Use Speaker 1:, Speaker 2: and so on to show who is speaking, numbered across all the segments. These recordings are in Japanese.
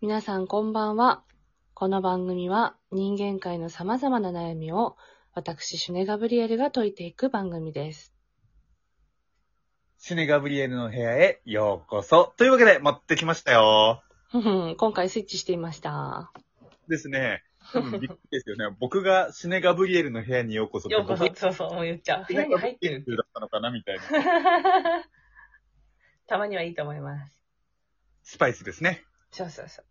Speaker 1: 皆さんこんばんは。この番組は人間界の様々な悩みを私、シュネガブリエルが解いていく番組です。
Speaker 2: シュネガブリエルの部屋へようこそ。というわけで、持ってきましたよ。
Speaker 1: ふふん今回スイッチしていました。
Speaker 2: ですね。多分びっくりですよね。 僕がシュネガブリエルの部屋にようこそって
Speaker 3: ようこそ
Speaker 2: 僕、
Speaker 3: そうそう、もう言っち ゃう。部
Speaker 2: シュ
Speaker 3: 屋
Speaker 2: ネ
Speaker 3: に
Speaker 2: ガブ
Speaker 3: 入
Speaker 2: リ
Speaker 3: って
Speaker 2: エル
Speaker 3: る。
Speaker 2: だったのかなみたいな。
Speaker 3: たまにはいいと思います。
Speaker 2: スパイスですね。
Speaker 3: そうそうそう。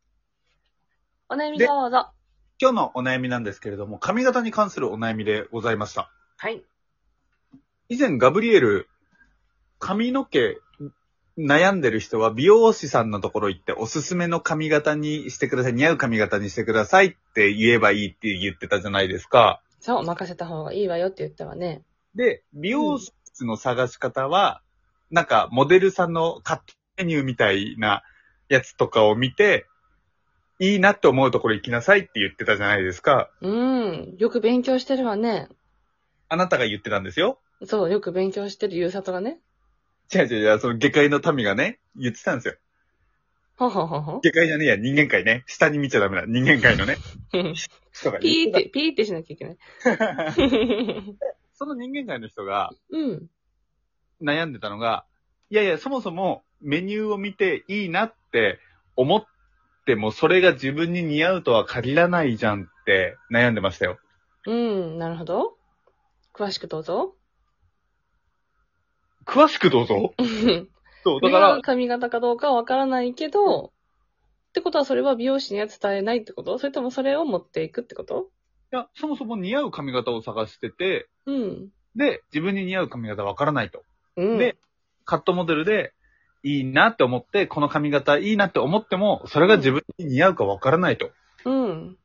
Speaker 1: お悩み
Speaker 2: で
Speaker 1: どうぞ。
Speaker 2: 今日のお悩みなんですけれども、髪型に関するお悩みでございました。
Speaker 3: はい。
Speaker 2: 以前ガブリエル、髪の毛、悩んでる人は美容師さんのところ行っておすすめの髪型にしてください。似合う髪型にしてくださいって言えばいいって言ってたじゃないですか。
Speaker 1: そう、任せた方がいいわよって言ったわね。
Speaker 2: で、美容室の探し方は、なんかモデルさんのカットメニューみたいなやつとかを見て、いいなって思うところ行きなさいって言ってたじゃないですか。
Speaker 1: うーん、よく勉強してるわね。
Speaker 2: あなたが言ってたんですよ。
Speaker 1: そう、よく勉強してるゆうさとがね。
Speaker 2: 違う違う違う、その下界の民がね、言ってたんですよ。
Speaker 1: ほほほほ。
Speaker 2: 下界じゃねえや、人間界ね。下に見ちゃダメだ。人間界のね。人が
Speaker 1: ピー
Speaker 2: 言っ
Speaker 1: ってて、ピーってしなきゃいけない。
Speaker 2: た。 その人間界の人が
Speaker 1: うん。
Speaker 2: 悩んでたのが、いやいや、そもそもメニューを見ていいなって思っても、それが自分に似合うとは限らないじゃんって悩んでましたよ。
Speaker 1: うん、なるほど。詳しくどうぞ。
Speaker 2: 詳しくどうぞ。そう、
Speaker 1: だ
Speaker 2: だ
Speaker 1: か
Speaker 2: か
Speaker 1: ら
Speaker 2: ら、
Speaker 1: 髪型かどうかはわからないけど、ってことはそれは美容師には伝えないってことそれともそれを持っていくってこと
Speaker 2: いや、そもそも似合う髪型を探してて、
Speaker 1: うん。
Speaker 2: で、自分に似合う髪型わからないと。
Speaker 1: うん。
Speaker 2: で、カットモデルで、いいなって思って、この髪型いいなって思っても、それが自分に似合うかわからないと。
Speaker 1: うん。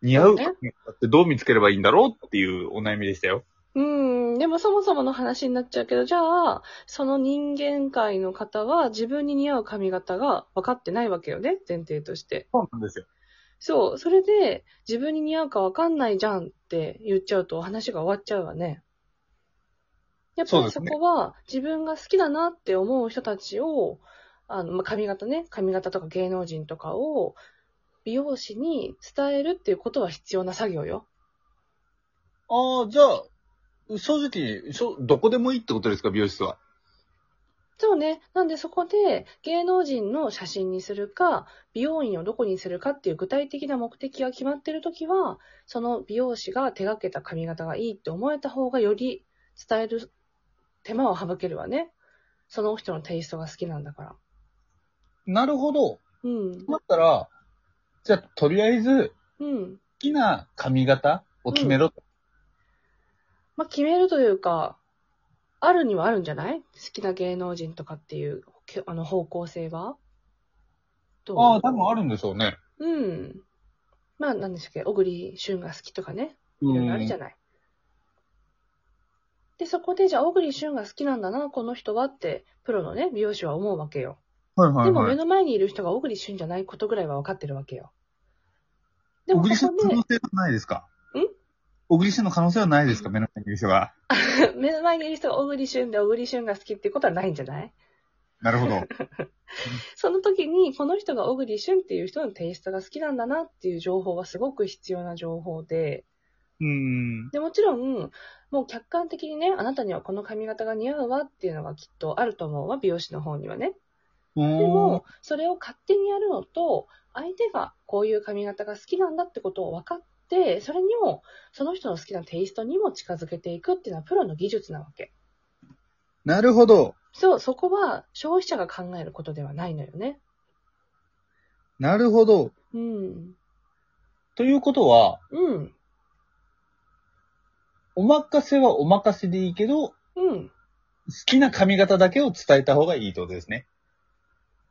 Speaker 2: 似合う髪型ってどう見つければいいんだろうっていうお悩みでしたよ。
Speaker 1: うん。でもそもそもの話になっちゃうけど、じゃあ、その人間界の方は自分に似合う髪型が分かってないわけよね、前提として。
Speaker 2: そうなんですよ。
Speaker 1: そう。それで、自分に似合うか分かんないじゃんって言っちゃうと話が終わっちゃうわね。やっぱ
Speaker 2: そうで
Speaker 1: り
Speaker 2: す
Speaker 1: そ
Speaker 2: ね
Speaker 1: こは、自分が好きだなって思う人たちを、あの、まあ、髪型ね、髪型とか芸能人とかを、美容師に伝えるっていうことは必要な作業よ。
Speaker 2: ああ、じゃあ、正直、しょどこでもいいってことですか、美容室は。
Speaker 1: そうね。なんでそこで、芸能人の写真にするか、美容院をどこにするかっていう具体的な目的が決まってるときは、その美容師が手がけた髪型がいいって思えた方がより伝える手間を省けるわね。その人のテイストが好きなんだから。
Speaker 2: なるほど。
Speaker 1: うん。
Speaker 2: だったら、じゃあ、とりあえず、
Speaker 1: うん。
Speaker 2: 好きな髪型を決めろと。
Speaker 1: まあ、決めるというか、あるにはあるんじゃない好きな芸能人とかっていう、けあの、方向性はどう
Speaker 2: ああ、多分あるんでしょうね。
Speaker 1: うん。まあ、なんでしたっけ、小栗旬が好きとかね。
Speaker 2: う
Speaker 1: いろいろあるじゃない。で、そこで、じゃあ、小栗旬が好きなんだな、この人はって、プロのね、美容師は思うわけよ。
Speaker 2: はいは
Speaker 1: で
Speaker 2: い
Speaker 1: も、
Speaker 2: は
Speaker 1: 目
Speaker 2: い。
Speaker 1: の前にいる人が小栗旬じゃないことぐらいは分かってるわけよ。で
Speaker 2: 小
Speaker 1: も、
Speaker 2: 栗
Speaker 1: そ
Speaker 2: 旬
Speaker 1: こ
Speaker 2: の可能性はないですか
Speaker 1: ん
Speaker 2: 小栗旬の可能性はないですか目の前にいる人が。
Speaker 1: で、目の前にいる人が小栗旬で小栗旬が好きっていうことはないんじゃない
Speaker 2: なるほど。
Speaker 1: その時に、この人が小栗旬っていう人のテイストが好きなんだなっていう情報はすごく必要な情報で、
Speaker 2: うーん。
Speaker 1: でもちろん、もう客観的にね、あなたにはこの髪型が似合うわっていうのがきっとあると思うわ、美容師の方にはね。
Speaker 2: で
Speaker 1: でも、それを勝手にやるのと、相手がこういう髪型が好きなんだってことを分かって、それにも、その人の好きなテイストにも近づけていくっていうのはプロの技術なわけ。
Speaker 2: なるほど。
Speaker 1: そう、そこは消費者が考えることではないのよね。
Speaker 2: なるほど。
Speaker 1: うん。
Speaker 2: ということは、
Speaker 1: うん。
Speaker 2: お任せはお任せでいいけど、好
Speaker 1: うん。
Speaker 2: きな髪型だけを伝えた方がいいってことですね。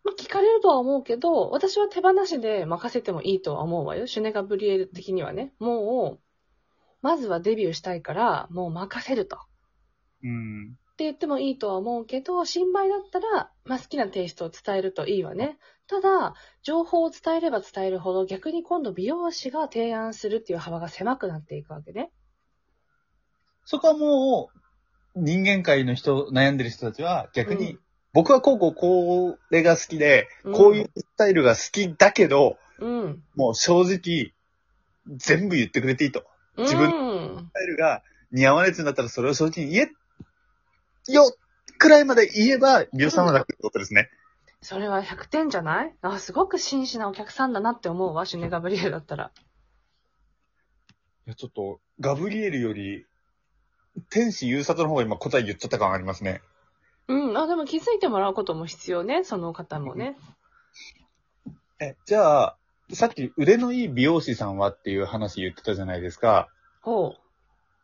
Speaker 1: まあ、聞かれるとは思うけど、私は手放しで任せてもいいとは思うわよ。シュネガブリエル的にはね。もう、まずはデビューしたいから、もう任せると。っ
Speaker 2: うん。
Speaker 1: て言ってもいいとは思うけど、新米だったら、まあ、好きなテイストを伝えるといいわね。ただ、情報を伝えれば伝えるほど、逆に今度美容師が提案するっていう幅が狭くなっていくわけね。
Speaker 2: そこはもう、人間界の人、悩んでる人たちは逆
Speaker 1: う
Speaker 2: に
Speaker 1: ん、
Speaker 2: 僕はこうこうこれが好きで、
Speaker 1: うん
Speaker 2: こういうスタイルが好きだけど、
Speaker 1: うん。
Speaker 2: もう正直、全部言ってくれていいと。ス自分
Speaker 1: 分。
Speaker 2: タイルが似合わないやつになったらそれを正直に言え、よくらいまで言えば、美容さんは楽ってことですね。
Speaker 1: それは100点じゃないあ、すごく真摯なお客さんだなって思うわ、シュネ・ガブリエルだったら。
Speaker 2: いや、ちょっと、ガブリエルより、天使優里の方が今答え言っちゃった感ありますね。
Speaker 1: うん。あ、でも気づいてもらうことも必要ね、その方もね。
Speaker 2: え、じゃあ、さっき腕のいい美容師さんはっていう話言ってたじゃないですか。
Speaker 1: ほ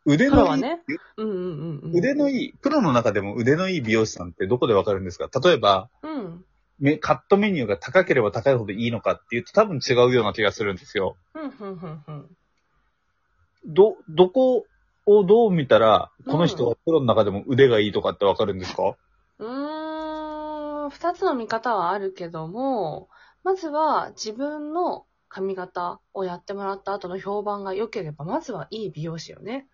Speaker 2: 腕
Speaker 1: う。プロ
Speaker 2: の
Speaker 1: はい
Speaker 2: い、
Speaker 1: ね。うんうんうんうん。
Speaker 2: 腕のいい、プロの中でも腕のいい美容師さんってどこでわかるんですか例えば、
Speaker 1: うん。
Speaker 2: めカットメニューが高ければ高いほどいいのかっていうと多分違うような気がするんですよ。
Speaker 1: うん、ふんふんふん。
Speaker 2: ど、どこをどう見たら、この人
Speaker 1: う
Speaker 2: はプロの中でも腕がいいとかってわかるんですか、
Speaker 1: うーん、二つの見方はあるけども、まずは自分の髪型をやってもらった後の評判が良ければ、まずはいい美容師よね。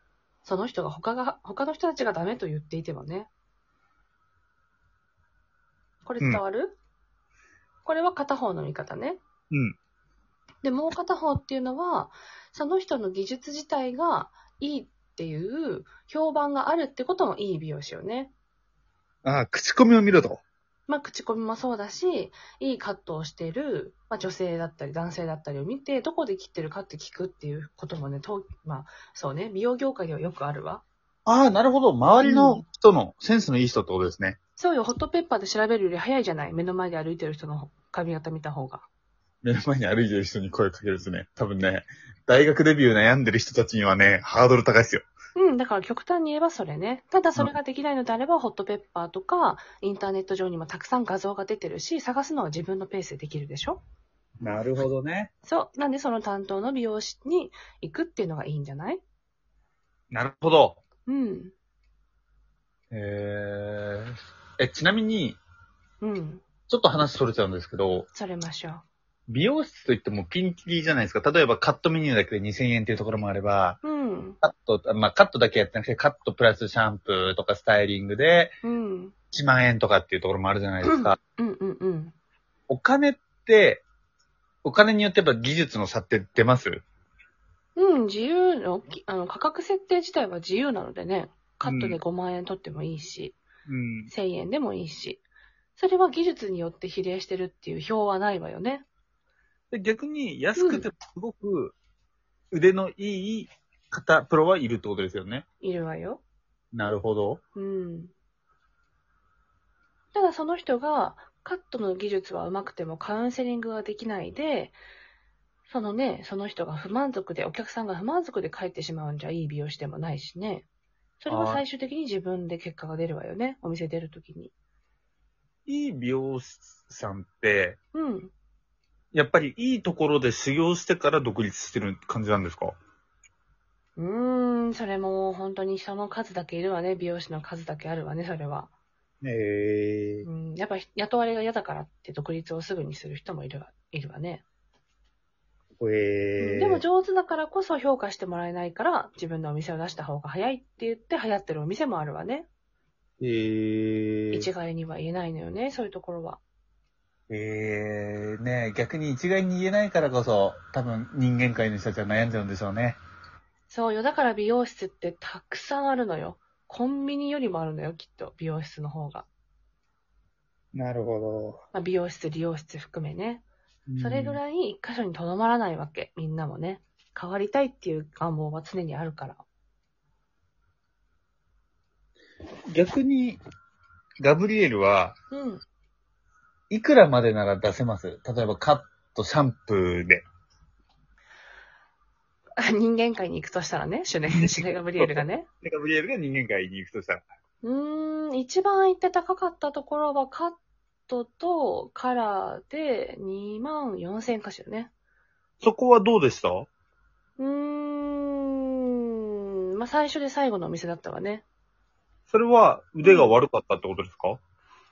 Speaker 1: その人が他が、他の人たちがダメと言っていてもね。これ伝わる、これは片方の見方ね。
Speaker 2: うん。
Speaker 1: で、もう片方っていうのは、その人の技術自体がいいっていう評判があるってこともいい美容師よね。
Speaker 2: ああ、口コミを見ろと。
Speaker 1: まあ、口コミもそうだし、いいカットをしている、まあ、女性だったり男性だったりを見て、どこで切ってるかって聞くっていうこともね、とまあ、そうね、美容業界ではよくあるわ。
Speaker 2: ああ、なるほど。周り
Speaker 1: う
Speaker 2: の人のセンスのいい人ってことですね。
Speaker 1: そうよ、ホットペッパーで調べるより早いじゃない目の前で歩いてる人の髪型見た方が。
Speaker 2: 目の前に歩いてる人に声かけるんですね。多分ね、大学デビュー悩んでる人たちにはね、ハードル高いですよ。
Speaker 1: うん、だから極端に言えばそれね。ただそれができないのであれば、ホットペッパーとか、インターネット上にもたくさん画像が出てるし、探すのは自分のペースでできるでしょ
Speaker 2: なるほどね。
Speaker 1: そう。なんでその担当の美容師に行くっていうのがいいんじゃない
Speaker 2: なるほど。
Speaker 1: うん。
Speaker 2: えー、え、ちなみに、
Speaker 1: うん。
Speaker 2: ちょっと話それちゃうんですけど、
Speaker 1: それましょう。
Speaker 2: 美容室といってもピンキリじゃないですか。例えばカットメニューだけで2000円っていうところもあれば、
Speaker 1: うん。
Speaker 2: カット、まあカットだけやってなくて、カットプラスシャンプーとかスタイリングで
Speaker 1: うん。
Speaker 2: 1万円とかっていうところもあるじゃないですか。
Speaker 1: うんうんうん。
Speaker 2: お金って、お金によってやっぱ技術の差って出ます
Speaker 1: うん、自由の、きあの、価格設定自体は自由なのでね、カットで5万円取ってもいいし、
Speaker 2: うん。
Speaker 1: 1000円でもいいし、それは技術によって比例してるっていう表はないわよね。
Speaker 2: で逆に安くてもすごく腕のいい方、プロはいるってことですよね。
Speaker 1: いるわよ。
Speaker 2: なるほど。
Speaker 1: うん。ただその人が、カットの技術は上手くてもカウンセリングができないで、そのね、その人が不満足で、お客さんが不満足で帰ってしまうんじゃいい美容師でもないしね。それは最終的に自分で結果が出るわよね。お店出るときに。
Speaker 2: いい美容師さんって、
Speaker 1: うん。
Speaker 2: やっぱりいいところで修行してから独立してる感じなんですか
Speaker 1: うーん、それも本当に人の数だけいるわね。美容師の数だけあるわね、それは。
Speaker 2: へえ
Speaker 1: うん、やっぱ雇われが嫌だからって独立をすぐにする人もいるわいるわね。
Speaker 2: え
Speaker 1: でも上手だからこそ評価してもらえないから自分のお店を出した方が早いって言って流行ってるお店もあるわね。
Speaker 2: えー、
Speaker 1: 一概には言えないのよね、そういうところは。
Speaker 2: えー、ねえ逆に一概に言えないからこそ、多分人間界の人たちは悩んじゃうんでしょうね。
Speaker 1: そうよ、だから美容室ってたくさんあるのよ。コンビニよりもあるのよ、きっと。美容室の方が。
Speaker 2: なるほ
Speaker 1: まあ、美容室、理容室含めね。
Speaker 2: ど
Speaker 1: それぐ
Speaker 2: い。
Speaker 1: らい一箇所にとどまらないわけ、みんなもね。変わりたいっていう願望は常にあるから。
Speaker 2: 逆に、ガブリエルは、
Speaker 1: うん。
Speaker 2: いくらまでなら出せます例えばカット、シャンプーで。
Speaker 1: 人間界に行くとしたらね、シュ ネ、シュネガブリエルがね。
Speaker 2: ガブリエルが人間界に行くとしたら。
Speaker 1: うーん、一番行って高かったところはカットとカラーで2万4千箇所ね。
Speaker 2: そこはどうでした
Speaker 1: うーん、まあ、最初で最後のお店だったわね。
Speaker 2: それは腕が悪かったってことです か、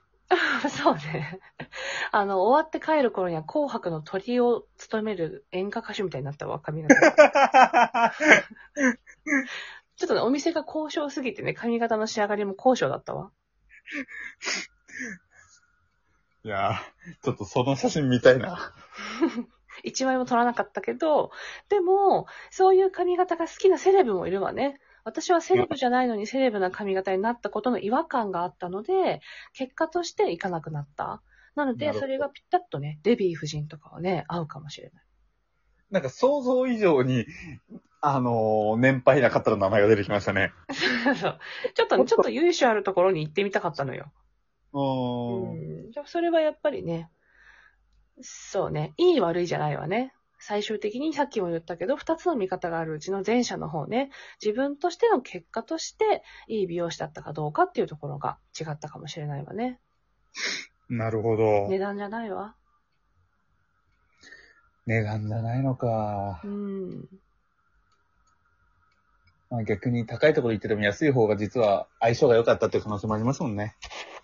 Speaker 1: そうね。あの、終わって帰る頃には紅白の鳥を務める演歌歌手みたいになったわ、髪型が。 ちょっとね、お店が交渉すぎてね、髪型の仕上がりも交渉だったわ。
Speaker 2: いやー、ちょっとその写真見たいな。
Speaker 1: 一枚も取らなかったけど、でも、そういう髪型が好きなセレブもいるわね。私はセレブじゃないのにセレブな髪型になったことの違和感があったので、結果として行かなくなった。なの
Speaker 2: な
Speaker 1: で、
Speaker 2: るほど
Speaker 1: それがぴったっとね、デビー夫人とかはね、合うかもしれない。
Speaker 2: なんか想像以上に、あのー年配な方の名前が出てきましたね。
Speaker 1: そうちょっとね、ちょっと由緒あるところに行ってみたかったのよ。
Speaker 2: うーん。
Speaker 1: じゃあそれはやっぱりね、そうね、いい悪いじゃないわね。最終的にさっきも言ったけど、二つの見方があるうちの前者の方ね、自分としての結果として、いい美容師だったかどうかっていうところが違ったかもしれないわね。
Speaker 2: なるほど。
Speaker 1: 値段じゃないわ。
Speaker 2: 値段じゃないのか
Speaker 1: う。ん。
Speaker 2: まあ、逆に高いところ行ってても安い方が実は相性が良かったっていう可能性もありますもんね。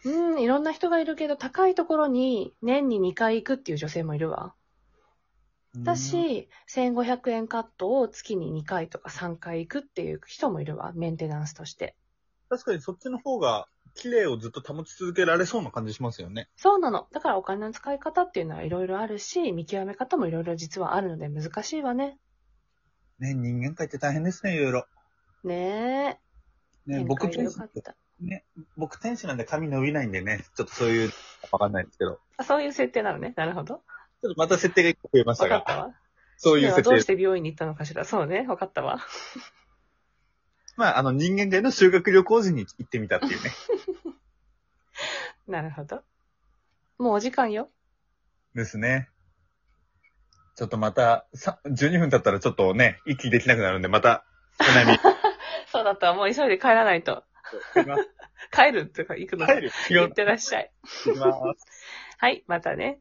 Speaker 1: うん、いろんな人がいるけど、高いところに年に2回行くっていう女性もいるわ。
Speaker 2: うん、
Speaker 1: 私、1500円カットを月に2回とか3回行くっていう人もいるわ。メンテナンスとして。
Speaker 2: 確かにそっちの方が綺麗をずっと保ち続けられそうな感じしますよね。
Speaker 1: そうなの。だからお金の使い方っていうのはいろいろあるし、見極め方もいろいろ実はあるので難しいわね。
Speaker 2: ね、人間界って大変ですね、いろいろ。
Speaker 1: ねえ。
Speaker 2: ね、僕
Speaker 1: 展開が
Speaker 2: 天
Speaker 1: 良
Speaker 2: 使
Speaker 1: かっ、た。
Speaker 2: 僕天使なんで髪伸びないんでね、ちょっとそういう、わかんないですけど。
Speaker 1: あそういう設定なのね。なるほど。
Speaker 2: ちょっとまた設定が一個増えまし
Speaker 1: わ
Speaker 2: た
Speaker 1: かった
Speaker 2: が、
Speaker 1: わ。
Speaker 2: そういう
Speaker 1: では
Speaker 2: 設
Speaker 1: どうし
Speaker 2: 定。
Speaker 1: て病院に行ったのかしら。そうね。わかったわ。
Speaker 2: まあ、あの、人間界の修学旅行時に行ってみたって いうね。
Speaker 1: なるほど。もうお時間よ。
Speaker 2: ですね。ちょっとまた、さ12分経ったらちょっとね、息できなくなるんで、また、お悩み。
Speaker 1: そうだったわ。もう急いで帰らないと。 帰るっていうか行くの。
Speaker 2: 帰る。
Speaker 1: 行ってらっしゃい。
Speaker 2: 行きます。
Speaker 1: はい。またね。